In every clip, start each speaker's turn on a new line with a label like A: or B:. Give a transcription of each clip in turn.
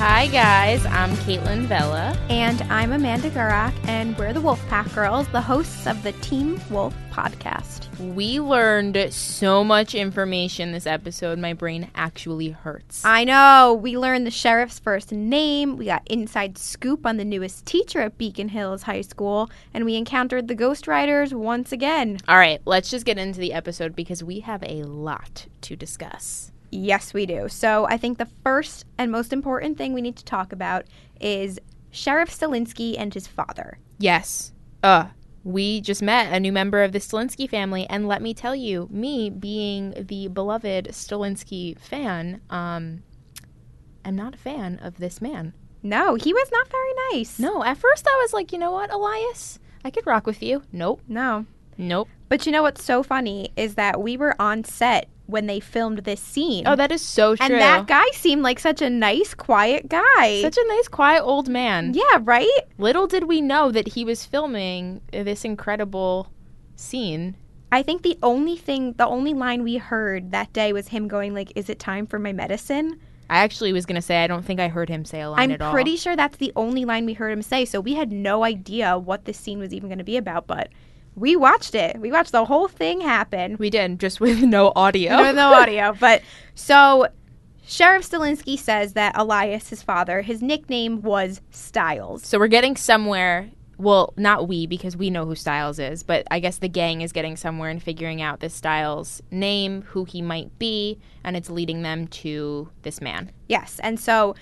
A: Hi, guys. I'm Caitlin Vella.
B: And I'm Amanda Garak, and we're the Wolfpack Girls, the hosts of the Team Wolf podcast.
A: We learned so much information this episode, my brain actually hurts.
B: I know, we learned the sheriff's first name, we got inside scoop on the newest teacher at Beacon Hills High School, and we encountered the Ghost Riders once again.
A: All right, let's just get into the episode because we have a lot to discuss.
B: Yes, we do. So I think the first and most important thing we need to talk about is Sheriff Stalinsky and his father.
A: Yes. Uh, we just met a new member of the Stalinsky family, and let me tell you, me being the beloved Stalinsky fan, um, I'm not a fan of this man.
B: No, he was not very nice.
A: No, at first I was like, you know what, Elias, I could rock with you. Nope,
B: No.
A: nope.
B: But you know what's so funny is that we were on set when they filmed this scene.
A: Oh, that is so true.
B: and that guy seemed like such a nice, quiet guy.
A: Such a nice, quiet old man.
B: yeah, right?
A: Little did we know that he was filming this incredible scene.
B: I think the only thing, the only line we heard that day was him going like, "Is it time for my medicine?"
A: I actually was gonna say I don't think I heard him say a line
B: I'm
A: at all.
B: pretty sure that's the only line we heard him say. So we had no idea what this scene was even going to be about, but we watched it. We watched the whole thing happen.
A: We did just with no audio.
B: No, no audio. But so Sheriff Stalinsky says that Elias, his father, his nickname was Styles.
A: So we're getting somewhere. Well, not we because we know who Styles is, but I guess the gang is getting somewhere and figuring out this Styles name, who he might be, and it's leading them to this man.
B: Yes. And so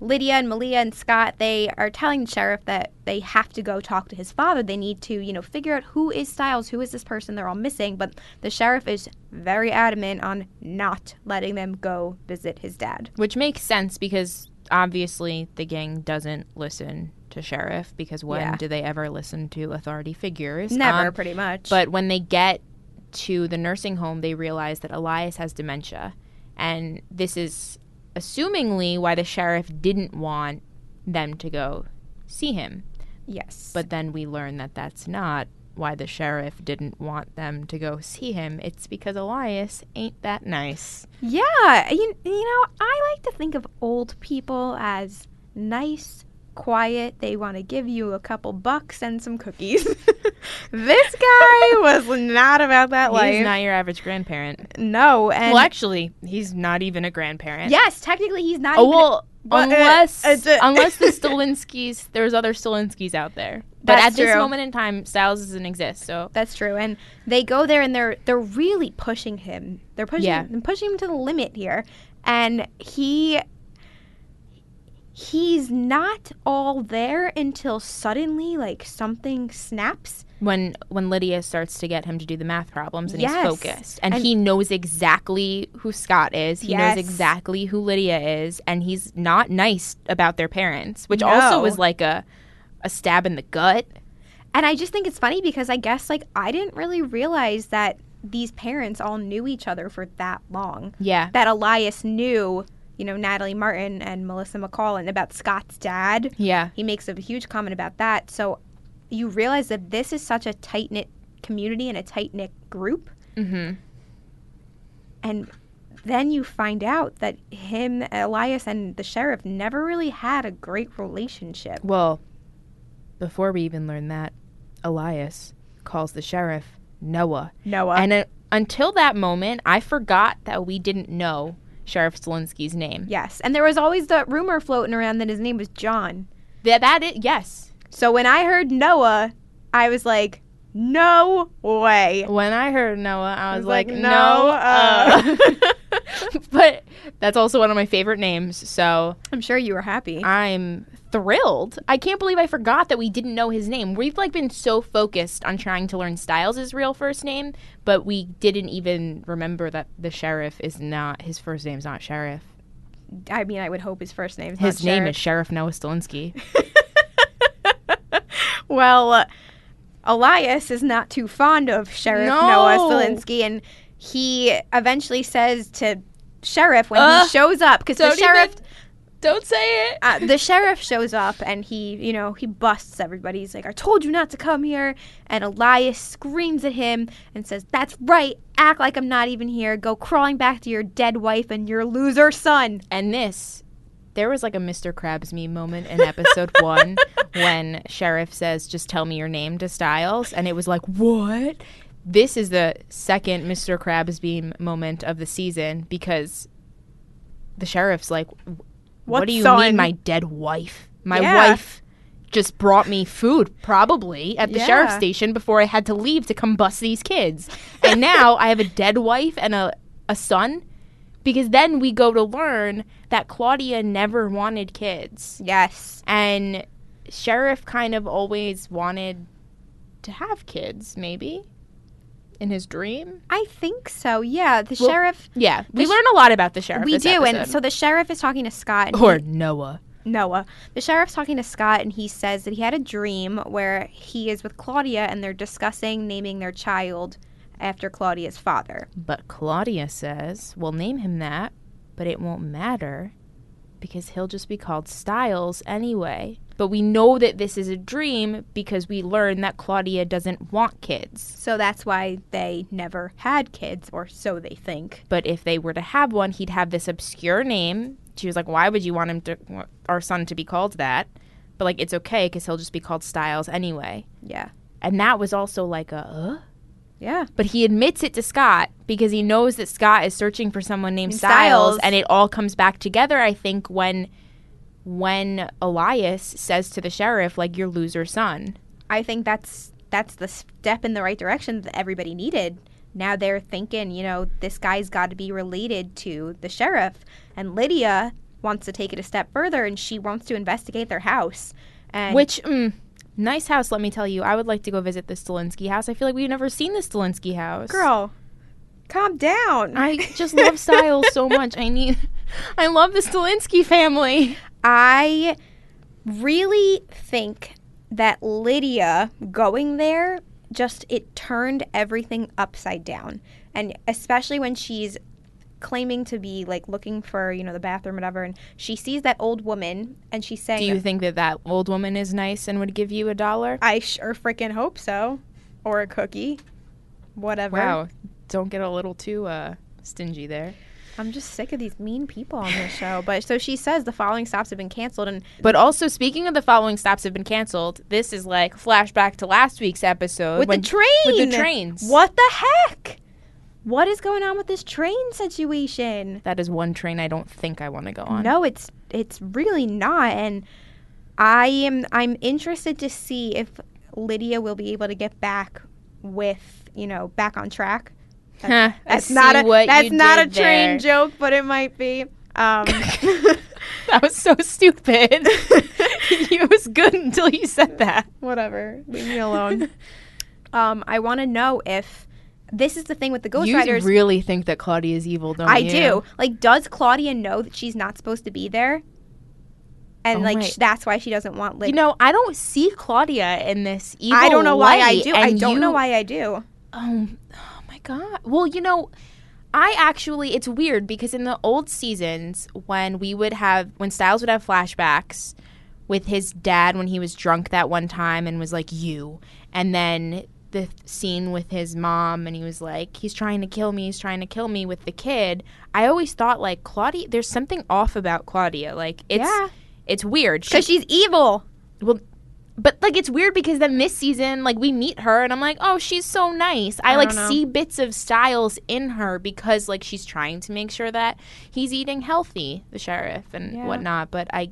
B: Lydia and Malia and Scott, they are telling the sheriff that they have to go talk to his father. They need to, you know, figure out who is Styles, who is this person they're all missing. But the sheriff is very adamant on not letting them go visit his dad.
A: Which makes sense because obviously the gang doesn't listen to sheriff because when
B: Yeah.
A: do they ever listen to authority figures?
B: Never,
A: Um,
B: pretty much.
A: but when they get to the nursing home, they realize that Elias has dementia, and this is assumingly why the sheriff didn't want them to go see him.
B: yes.
A: But then we learn that that's not why the sheriff didn't want them to go see him. It's because Elias ain't that nice.
B: Yeah, you, you know, I like to think of old people as nice, quiet. They want to give you a couple bucks and some cookies. this guy was not about that
A: He's
B: life.
A: not your average grandparent.
B: no, and
A: well, actually, he's not even a grandparent.
B: yes, technically he's not.
A: Oh
B: even-
A: well,
B: Well, uh,
A: unless
B: it's a-
A: unless the Stolinskis, there's other Stolinskis out there. But
B: That's
A: at this
B: true.
A: moment in time, Styles doesn't exist. So
B: that's true. And they go there and they're they're really pushing him. They're pushing
A: Yeah.
B: him, pushing him to the limit here, and he. He's not all there until suddenly, like something snaps,
A: when when Lydia starts to get him to do the math problems and he's
B: Yes.
A: focused and,
B: And-
A: he knows exactly who Scott is, he
B: Yes.
A: knows exactly who Lydia is, and he's not nice about their parents, which also
B: No.
A: was like a a stab in the gut.
B: And I just think it's funny because I guess like I didn't really realize that these parents all knew each other for that long.
A: Yeah,
B: That Elias knew, you know, Natalie Martin and Melissa McCall and about Scott's dad.
A: yeah,
B: He makes a huge comment about that. So you realize that this is such a tight knit community and a tight knit group.
A: mm-hmm.
B: And then you find out that him, Elias, and the sheriff never really had a great relationship.
A: Well, before we even learn that, Elias calls the sheriff Noah.
B: Noah.
A: And uh, until that moment, I forgot that we didn't know Sheriff Stalinsky's name.
B: yes. And there was always the rumor floating around that his name was John.
A: That that is yes.
B: So when I heard Noah, I was like, no way.
A: When I heard Noah, I was,
B: was
A: like,
B: like,
A: no.
B: "No,
A: uh." but that's also one of my favorite names, so
B: I'm sure you were happy.
A: I'm thrilled. I can't believe I forgot that we didn't know his name. We've like been so focused on trying to learn Styles' real first name, but we didn't even remember that the sheriff is not his first name's not sheriff.
B: I mean, I would hope his first name's
A: His
B: not
A: name is Sheriff Noah Stalinsky.
B: well, uh, Elias is not too fond of Sheriff
A: No.
B: Noah Stalinsky, and he eventually says to Sheriff when
A: Ugh.
B: he shows up because the
A: Don't even-
B: sheriff
A: Don't say it.
B: uh, the sheriff shows up and he, you know, he busts everybody. He's like, I told you not to come here. And Elias screams at him and says, That's right. Act like I'm not even here. Go crawling back to your dead wife and your loser son.
A: And this There was like a Mr. Krabs meme moment in episode one when Sheriff says, "Just tell me your name" to Styles, and it was like, "What?" This is the second Mr. Krabs meme moment of the season because the sheriff's like, "What
B: What's
A: do you
B: on-
A: mean, my dead wife? My
B: Yeah.
A: wife." Just brought me food, probably at the
B: Yeah.
A: sheriff's station before I had to leave to come bust these kids. And now I have a dead wife and a, a son because then we go to learn that Claudia never wanted kids
B: Yes.
A: and Sheriff kind of always wanted to have kids maybe in his dream.
B: I think so. Yeah, the
A: Well,
B: sheriff.
A: Yeah, we
B: sh-
A: learn a lot about the sheriff.
B: We
A: this
B: do, and
A: episode.
B: so the sheriff is talking to Scott. And
A: or Noah.
B: Noah. The sheriff's talking to Scott, and he says that he had a dream where he is with Claudia, and they're discussing naming their child after Claudia's father.
A: But Claudia says, "We'll name him that, but it won't matter because he'll just be called Styles anyway." But we know that this is a dream because we learn that Claudia doesn't want kids.
B: So that's why they never had kids, or so they think.
A: but if they were to have one, he'd have this obscure name. She was like, "Why would you want him to, our son, to be called that?" But like, it's okay because he'll just be called Styles anyway.
B: Yeah.
A: And that was also like a, uh?
B: Yeah.
A: but he admits it to Scott because he knows that Scott is searching for someone named
B: Named
A: Styles,
B: Styles.
A: and it all comes back together. I think when when Elias says to the sheriff, "Like your loser son,"
B: I think that's that's the step in the right direction that everybody needed. Now they're thinking, you know, this guy's got to be related to the sheriff, and Lydia wants to take it a step further, and she wants to investigate their house. And
A: which. Mm, Nice house, let me tell you. I would like to go visit the Stalinsky house. I feel like we've never seen the Stalinsky house.
B: girl, calm down.
A: I just love Styles so much. I need. I love the Stalinsky family.
B: I really think that Lydia going there just it turned everything upside down. And especially when she's claiming to be like looking for, you know, the bathroom whatever and she sees that old woman and she's saying
A: Do you think that that old woman is nice and would give you a dollar?
B: I sure freaking hope so or a cookie whatever.
A: Wow, don't get a little too uh, stingy there.
B: I'm just sick of these mean people on this show. But so she says the following stops have been canceled and
A: But also, speaking of the following stops have been canceled, this is like flashback to last week's episode
B: with
A: when-
B: the train.
A: With the trains,
B: What the heck? What is going on with this train situation?
A: That is one train I don't think I want to go on.
B: No, it's it's really not and I am I'm interested to see if Lydia will be able to get back with, you know, back on track.
A: Huh, I
B: That's
A: see
B: not a
A: what
B: that's
A: you
B: not a
A: did there.
B: train joke, but it might be. Um
A: that was so stupid. it was good until you said that.
B: whatever. Leave me alone. um I want to know if this is the thing with the Ghost
A: you
B: Riders.
A: really think that Claudia is evil, don't
B: I
A: you?
B: do. Like, does Claudia know that she's not supposed to be there? And
A: Oh
B: like
A: my-
B: sh- that's why she doesn't want Lydia.
A: you know, I don't see Claudia in this evil
B: I don't know why I
A: light,
B: do. I
A: and
B: don't
A: you-
B: know why I do.
A: Oh, oh my god. Well, you know, I actually it's weird because in the old seasons when we would have when Styles would have flashbacks with his dad when he was drunk that one time and was like you and then the scene with his mom and he was like he's trying to kill me he's trying to kill me with the kid i always thought like claudia there's something off about claudia like it's
B: yeah,
A: it's weird She-
B: because she's evil.
A: but like it's weird because then this season like we meet her and i'm like oh she's so nice i,
B: I
A: like
B: don't know.
A: see bits of styles in her because like she's trying to make sure that he's eating healthy the sheriff and
B: Yeah.
A: whatnot but i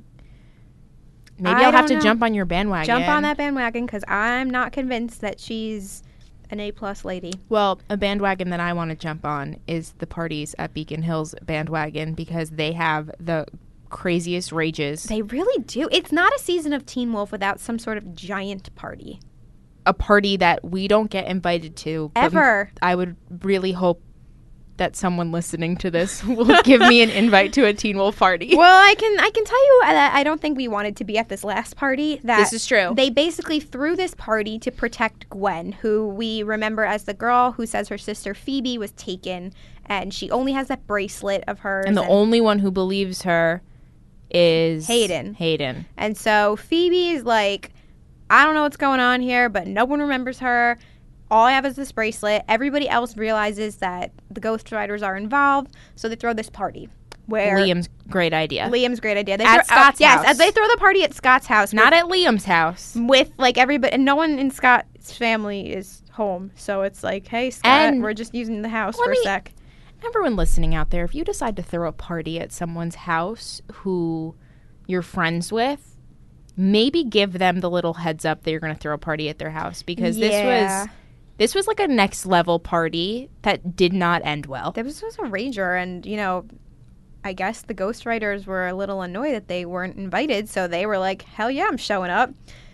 A: maybe
B: I
A: I will have
B: don't
A: to
B: know.
A: jump on your bandwagon
B: Jump on that bandwagon because I'm not convinced that she's an A plus lady.
A: well a bandwagon that i want to jump on is the parties at beacon hills bandwagon because they have the craziest rages
B: They really do. It's not a season of Teen Wolf without some sort of giant party
A: a party that we don't get invited to but
B: ever.
A: I would really hope that someone listening to this will give me an invite to a Teen Wolf party.
B: well, I can I can tell you that I don't think we wanted to be at this last party. That
A: This is true.
B: They basically threw this party to protect Gwen, who we remember as the girl who says her sister Phoebe was taken, and she only has that bracelet of hers.
A: and the only one who believes her is
B: Hayden.
A: Hayden.
B: and so Phoebe is like, I don't know what's going on here, but no one remembers her. All I have is this bracelet. Everybody else realizes that the Ghost Riders are involved, so they throw this party. where
A: Liam's great idea.
B: Liam's great idea. They
A: At
B: throw- oh,
A: Scott's
B: yes,
A: house.
B: they throw the party at Scott's house.
A: Not at Liam's house.
B: with, with like everybody, and no one in Scott's family is home, so it's like, hey, Scott,
A: And-
B: we're just using the house
A: Let
B: for
A: me-
B: a sec.
A: Everyone listening out there, if you decide to throw a party at someone's house who you're friends with, maybe give them the little heads up that you're going to throw a party at their house because this
B: Yeah.
A: was this was like a next level party that did not end well.
B: This was a rager, and you know, I guess the ghostwriters were a little annoyed that they weren't invited, so they were like, hell yeah, I'm showing up.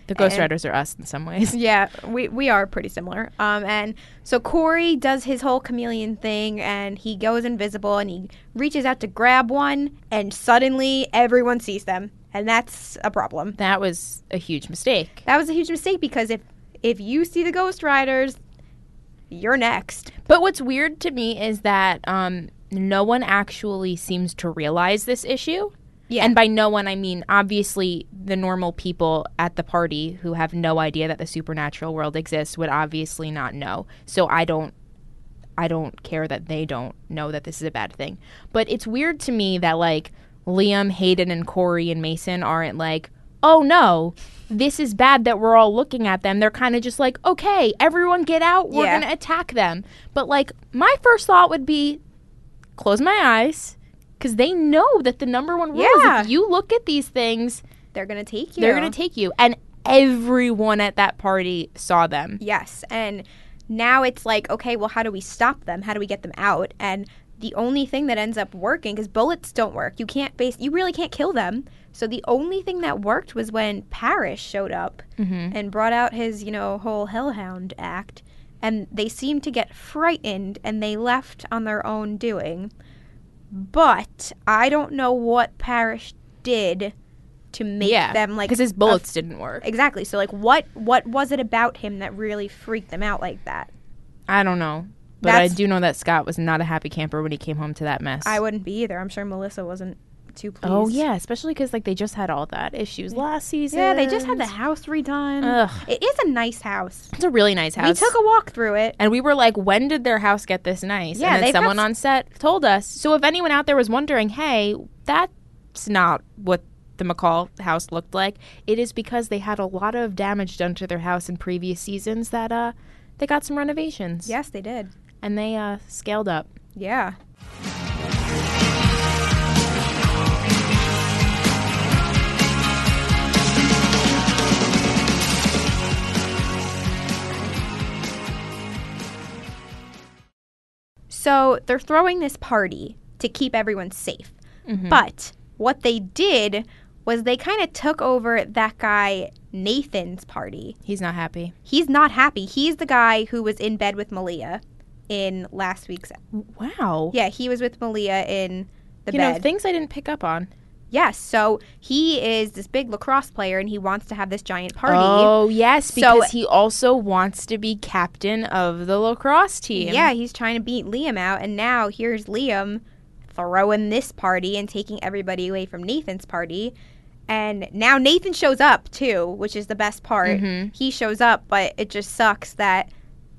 A: The
B: and-
A: ghostwriters are us in some ways.
B: Yeah, we, we are pretty similar. Um, and so Corey does his whole chameleon thing, and he goes invisible, and he reaches out to grab one, and suddenly everyone sees them, and that's a problem.
A: That was a huge mistake.
B: That was a huge mistake because if if you see the Ghost Riders, you're next.
A: But what's weird to me is that um, no one actually seems to realize this issue.
B: Yeah.
A: And by no one, I mean obviously the normal people at the party who have no idea that the supernatural world exists would obviously not know. So I don't, I don't care that they don't know that this is a bad thing. But it's weird to me that like Liam, Hayden, and Corey and Mason aren't like, oh no, this is bad that we're all looking at them. They're kind of just like, okay, everyone get out. We're
B: Yeah.
A: gonna attack them. But like my first thought would be, close my eyes. Because they know that the number one rule
B: Yeah.
A: is if you look at these things,
B: They're gonna take you.
A: they're going to take you. And everyone at that party saw them.
B: Yes, and now it's like, okay, well, how do we stop them? How do we get them out? And the only thing that ends up working because bullets don't work. You can't base. You really can't kill them. So the only thing that worked was when Parrish showed up
A: Mm-hmm.
B: and brought out his, you know, whole hellhound act, and they seemed to get frightened and they left on their own doing. But I don't know what Parrish did to make
A: Yeah,
B: them like
A: Because his bullets didn't work.
B: Exactly. So like what what was it about him that really freaked them out like that?
A: I don't know. But I
B: That's-
A: do know that Scott was not a happy camper when he came home to that mess.
B: I wouldn't be either. I'm sure Melissa wasn't too pleased.
A: oh, yeah. Especially because, like, they just had all that issues last season.
B: Yeah, they just had the house redone.
A: Ugh.
B: It is a nice house.
A: It's a really nice house.
B: We took a walk through it.
A: And we were like, when did their house get this nice?
B: Yeah,
A: and then
B: they've got
A: someone
B: s-
A: on set told us. So if anyone out there was wondering, hey, that's not what the McCall house looked like, it is because they had a lot of damage done to their house in previous seasons that uh they got some renovations.
B: Yes, they did.
A: And they uh scaled up.
B: Yeah. So they're throwing this party to keep everyone safe. But what they did was they kind of took over that guy Nathan's party.
A: He's not happy.
B: He's not happy. He's the guy who was in bed with Malia in last week's
A: Wow.
B: yeah, he was with Malia in the
A: you know,
B: bed.
A: things I didn't pick up on.
B: yes, so he is this big lacrosse player and he wants to have this giant party.
A: Oh yes,
B: So-
A: because he also wants to be captain of the lacrosse team.
B: Yeah, he's trying to beat Liam out and now here's Liam throwing this party and taking everybody away from Nathan's party. And now Nathan shows up too, which is the best part.
A: Mhm.
B: He shows up, but it just sucks that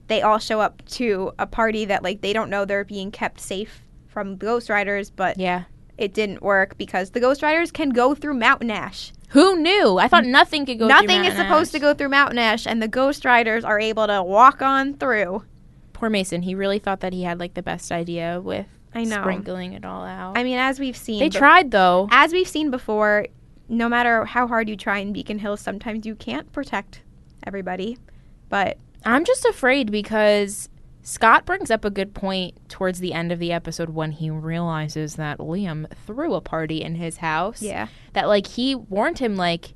B: they all show up to a party that like they don't know they're being kept safe from the Ghost Riders, but
A: Yeah.
B: it didn't work because the Ghost Riders can go through Mountain Ash.
A: Who knew? I thought nothing could go. through
B: Nothing is
A: Mountain
B: supposed
A: Ash.
B: to go through Mountain Ash, and the Ghost Riders are able to walk on through.
A: poor Mason. He really thought that he had like the best idea with
B: I know.
A: sprinkling it all out.
B: I mean, as we've seen,
A: they
B: be-
A: tried though.
B: As we've seen before, no matter how hard you try in Beacon Hills, sometimes you can't protect everybody. But
A: I'm just afraid because Scott brings up a good point towards the end of the episode when he realizes that Liam threw a party in his house.
B: yeah,
A: That like he warned him like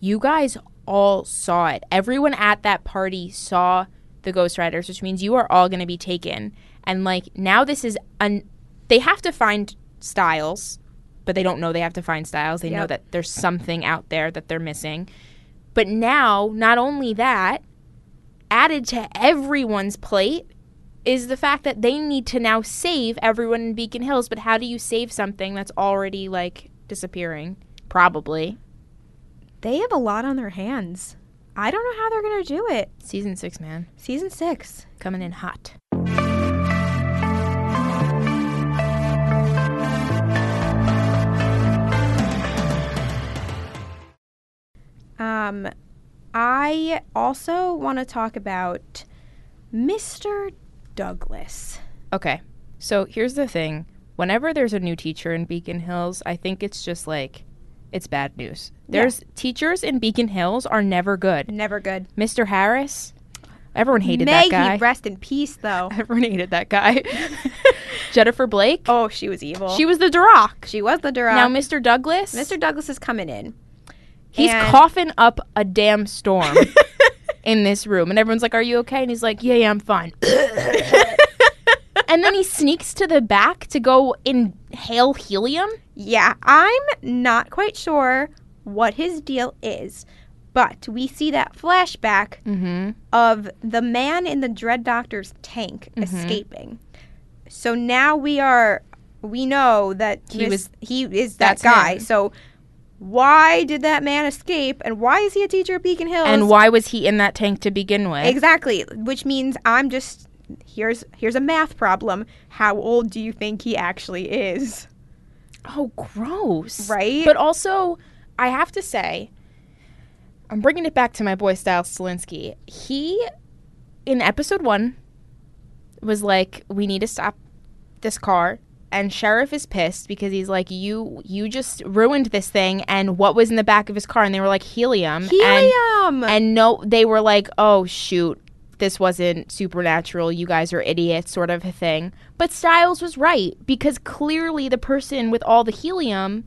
A: you guys all saw it. Everyone at that party saw the Ghost Riders, which means you are all going to be taken. And like now this is un- they have to find Styles, but they don't know they have to find Styles. They know
B: Yep.
A: that there's something out there that they're missing. But now, not only that, added to everyone's plate is the fact that they need to now save everyone in Beacon Hills, but how do you save something that's already like disappearing? Probably.
B: they have a lot on their hands. I don't know how they're going to do it.
A: Season 6, man.
B: Season six.
A: coming in hot.
B: Um, I also want to talk about Mr. Douglas.
A: Okay. So here's the thing. Whenever there's a new teacher in Beacon Hills, I think it's just like it's bad news.
B: Yeah.
A: There's teachers in Beacon Hills are never good.
B: Never good.
A: Mr. Harris, everyone hated
B: May
A: that guy.
B: he rest in peace, though.
A: everyone hated that guy. Jennifer Blake,
B: Oh, she was evil.
A: she was the Duroc.
B: she was the Duroc.
A: Now Mr. Douglas,
B: Mr. Douglas is coming in.
A: he's
B: and-
A: coughing up a damn storm in this room, and everyone's like, "Are you okay?" And he's like, "Yeah, yeah, I'm fine." and then he sneaks to the back to go inhale helium.
B: yeah, I'm not quite sure what his deal is, but we see that flashback
A: Mm-hmm.
B: of the man in the Dread Doctor's tank
A: Mhm.
B: escaping. So now we are we know that
A: He
B: Miss-
A: was-
B: he is that
A: that's
B: guy.
A: him.
B: So why did that man escape and why is he a teacher at Beacon Hills?
A: And why was he in that tank to begin with?
B: Exactly, which means I'm just here's here's a math problem. How old do you think he actually is?
A: oh, gross.
B: Right?
A: But also, I have to say, I'm bringing it back to my boy Styles Stilinski. He, in episode one, was like, "We need to stop this car." And sheriff is pissed because he's like, "You, you just ruined this thing." And what was in the back of his car? And they were like, "Helium." um, And,
B: Helium.
A: and no, they were like, "Oh shoot." This wasn't supernatural, you guys are idiots, sort of a thing. But Styles was right because clearly the person with all the helium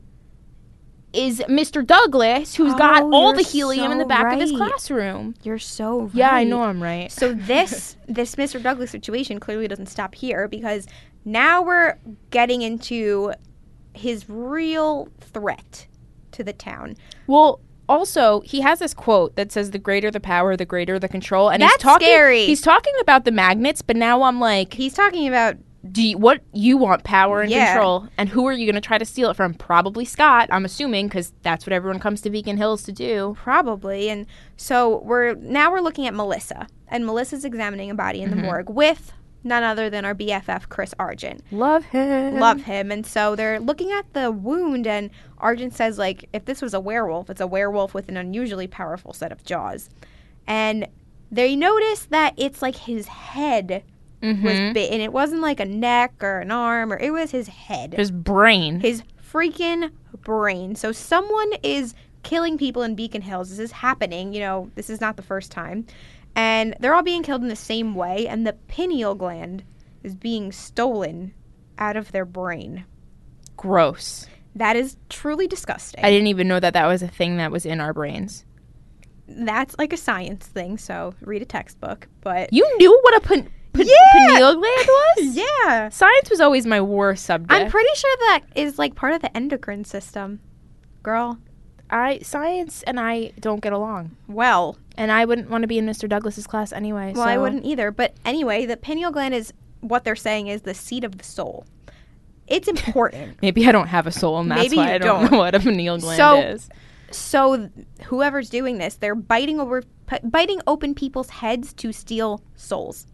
A: is Mr. Douglas, who's got
B: Oh,
A: all the
B: you're
A: helium in
B: so
A: the back of his
B: right.
A: classroom.
B: You're so right.
A: Yeah, I know I'm right.
B: So this this Mr. Douglas situation clearly doesn't stop here because now we're getting into his real threat to the town.
A: Well, also, he has this quote that says, "The greater the power, the greater the control." And he's
B: That's
A: talking.
B: scary.
A: He's talking about the magnets, but now I'm like,
B: He's talking about
A: "Do you, what you want power and
B: Yeah.
A: control, and who are you going to try to steal it from? Probably Scott, I'm assuming, because that's what everyone comes to Beacon Hills to do."
B: probably and so we're now we're looking at Melissa and Melissa's examining a body in the
A: Mhm.
B: morgue with none other than our BFF Chris Argent.
A: Love him.
B: Love him. And so they're looking at the wound and Argent says like if this was a werewolf, it's a werewolf with an unusually powerful set of jaws. And they notice that it's like his head
A: Mhm.
B: was bitten. It wasn't like a neck or an arm, or it was his head,
A: His brain.
B: his freaking brain. So someone is killing people in Beacon Hills. This is happening. You know, this is not the first time, and they're all being killed in the same way. And the pineal gland is being stolen out of their brain.
A: Gross.
B: That is truly disgusting.
A: I didn't even know that that was a thing that was in our brains.
B: That's like a science thing. So read a textbook, but
A: You knew what a pin- pin-
B: Yeah!
A: pineal gland was.
B: yeah.
A: Science was always my worst subject.
B: I'm pretty sure that is like part of the endocrine system. Girl,
A: I science and I don't get along.
B: well,
A: And I wouldn't want to be in Mr. Douglas's class anyway.
B: Well,
A: so.
B: I wouldn't either. But anyway, the pineal gland is what they're saying is the seat of the soul. It's important.
A: Maybe I don't have a soul, and that's
B: Maybe
A: why
B: you
A: I don't,
B: don't.
A: know what a pineal gland
B: So-
A: is.
B: so th- whoever's doing this, they're biting over, p- biting open people's heads to steal souls,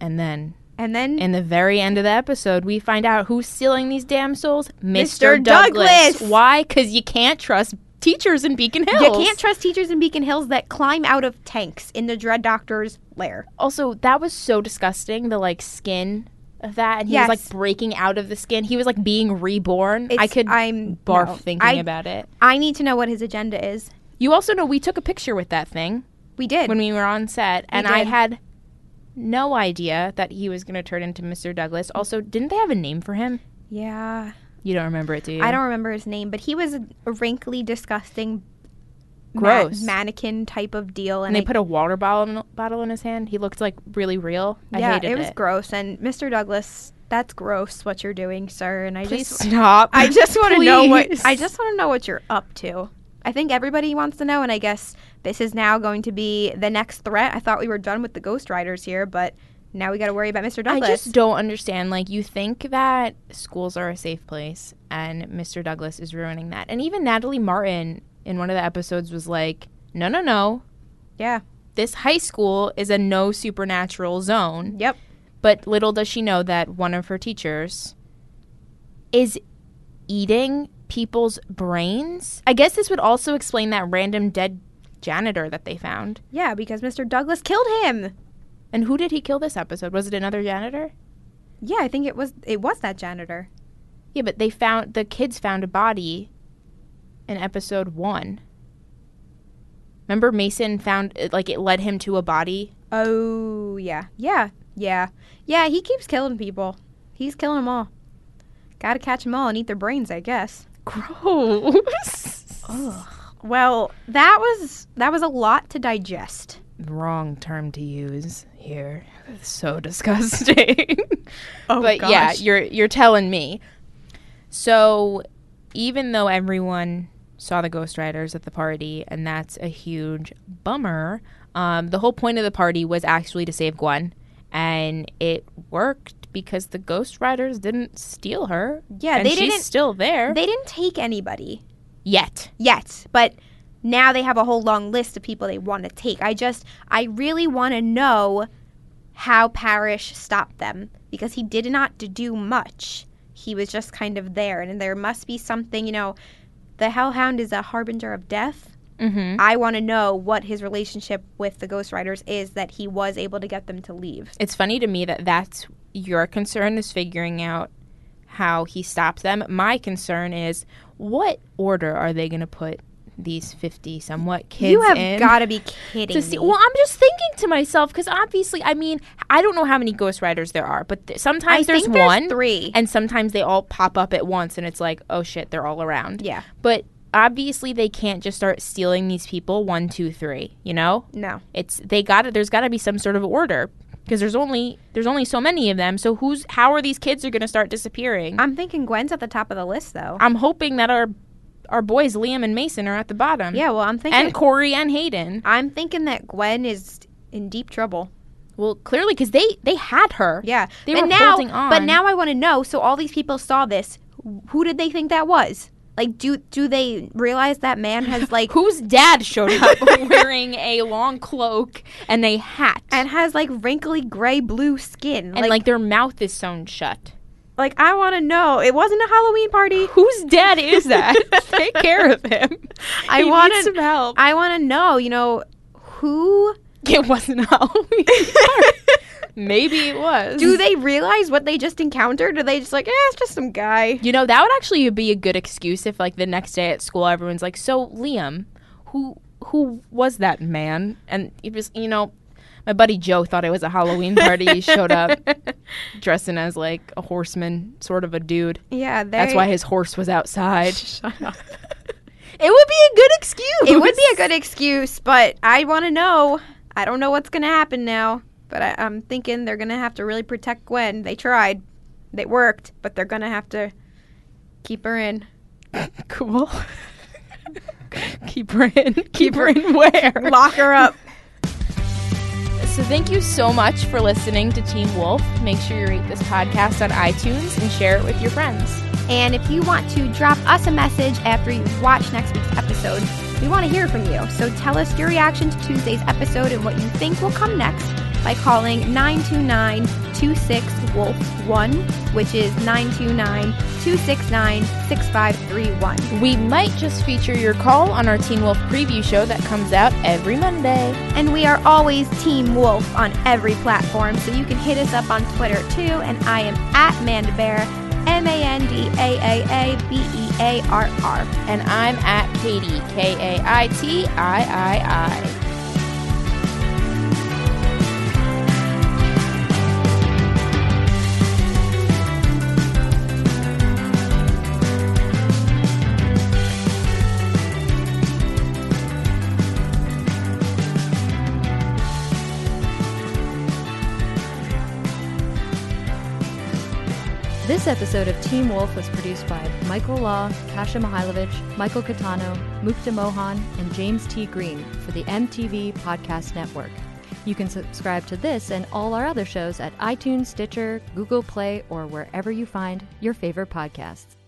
A: And then,
B: and then
A: in the very end of the episode, we find out who's stealing these damn souls, Mr.
B: Mr.
A: Douglas.
B: Douglas!
A: Why? Because you can't trust teachers in Beacon Hills.
B: you can't trust teachers in Beacon Hills that climb out of tanks in the Dread Doctor's lair.
A: Also, that was so disgusting. The like skin of that, and he
B: Yes.
A: was like breaking out of the skin. He was like being reborn. I
B: It's-
A: could
B: I'm
A: barf
B: no.
A: thinking
B: I,
A: about it.
B: I need to know what his agenda is.
A: You also know we took a picture with that thing.
B: We did.
A: when we were on set, and I
B: did.
A: had no idea that he was going to turn into Mr. Douglas. Also, didn't they have a name for him?
B: yeah,
A: You don't remember it, do you?
B: I don't remember his name, but he was a a wrinkly, disgusting, ma-
A: Gross.
B: mannequin type of deal,
A: And
B: and,
A: they
B: I
A: put a water bottle bottle in his hand. He looked like really real. I
B: yeah,
A: hated
B: it was gross. And Mr. Douglas, that's gross what you're doing, sir. And I
A: Please
B: just,
A: stop.
B: I just want to know what
A: Please.
B: I just want to know what you're up to. I think everybody wants to know, and I guess this is now going to be the next threat. I thought we were done with the Ghost Riders here, but now we got to worry about Mr.
A: I
B: Douglas.
A: just don't understand. Like you think that schools are a safe place, and Mr. Douglas is ruining that. And even Natalie Martin in one of the episodes was like, "No, no, no."
B: Yeah.
A: This high school is a no supernatural zone.
B: yep,
A: But little does she know that one of her teachers is eating people's brains. I guess this would also explain that random dead janitor that they found.
B: Yeah, because Mr. Douglas killed him.
A: And who did he kill this episode? Was it another janitor?
B: Yeah, I think it was it was that janitor.
A: Yeah, but they found the kids found a body in episode 1. Remember Mason found it- like it led him to a body?
B: Oh yeah, yeah, yeah, yeah. He keeps killing people. He's killing them all. Got to catch them all and eat their brains, I guess.
A: Gross.
B: Well, that was that was a lot to digest.
A: Wrong term to use here. So disgusting.
B: Oh,
A: but yeah, you're you're telling me. So even though everyone saw the Ghost Riders at the party, and that's a huge bummer, um, the whole point of the party was actually to save Gwen, and it worked because the Ghost Riders didn't steal her.
B: yeah.
A: and
B: they
A: she's
B: didn't
A: still there
B: they didn't take anybody
A: yet.
B: yet, but now they have a whole long list of people they want to take. I just I really want to know how Parrish stopped them because he did not to do much. He was just kind of there, and there must be something. You know, the Hellhound is a harbinger of death.
A: Mm-hmm.
B: I want to know what his relationship with the Ghost Riders is that he was able to get them to leave.
A: It's funny to me that that's your concern is figuring out how he stopped them. My concern is what order are they going to put these 50 somewhat kids
B: you have
A: in?
B: got to be kidding
A: to see.
B: me.
A: Well, I'm just thinking to myself because obviously, I mean, I don't know how many Ghost Riders there are, but th-
B: I
A: sometimes there's
B: think there's
A: one,
B: three.
A: and sometimes they all pop up at once, and it's like, oh shit, they're all around.
B: yeah,
A: But obviously, they can't just start stealing these people one, two, three. You know,
B: no.
A: it's they got to There's got to be some sort of order because there's only there's only so many of them. So who's how are these kids are going to start disappearing?
B: I'm thinking Gwen's at the top of the list, though.
A: I'm hoping that our our boys Liam and Mason are at the bottom.
B: yeah, well, I'm thinking.
A: And Corey and Hayden.
B: I'm thinking that Gwen is in deep trouble.
A: Well, clearly, because they they had her.
B: Yeah,
A: They
B: but
A: were
B: now,
A: holding on.
B: But now I want to know. So all these people saw this. Who did they think that was? Like, do do they realize that man has like
A: whose dad showed up wearing a long cloak and a hat
B: and has like wrinkly gray blue skin?
A: and like, their mouth is sewn shut
B: like I want to know. It wasn't a Halloween party.
A: whose dad is that take care of him
B: I
A: He needs
B: wanna-
A: some help
B: I want to know, you know, who
A: it wasn't halloween maybe it was
B: do they realize what they just encountered? Are they just like, eh, it's just some guy?
A: you know that would actually be a good excuse if like the next day at school everyone's like so liam who who was that man and it was you know my buddy joe thought it was a halloween party he showed up dressing as like a horseman sort of a dude
B: yeah,
A: That's
B: they-
A: why his horse was outside.
B: Shut up.
A: It would be a good excuse.
B: it would be a good excuse, but I want to know. I don't know what's gonna happen now, but I, I'm thinking they're gonna have to really protect Gwen. They tried, they worked, but they're gonna have to keep her in.
A: cool. Keep her in. Keep her in where?
B: Lock her up.
A: So thank you so much for listening to Teen Wolf. Make sure you rate this podcast on iTunes and share it with your friends.
B: And if you want to drop us a message after you watch next week's episode, we want to hear from you. So tell us your reaction to Tuesday's episode and what you think will come next by calling 929 26 Wolf 1, which is 929 269 6531.
A: We might just feature your call on our Teen Wolf preview show that comes out every Monday.
B: And we are always Team Wolf on every platform, so you can hit us up on Twitter too. And I am at Manda Bear, M A N D A A A B E A R R.
A: And I'm at Katie, K A I T I I I.
C: This episode of Team Wolf was produced by Michael Law, Kasha Mihailovich, Michael Catano, Mukta Mohan, and James T. Green for the MTV Podcast Network. You can subscribe to this and all our other shows at iTunes, Stitcher, Google Play, or wherever you find your favorite podcasts.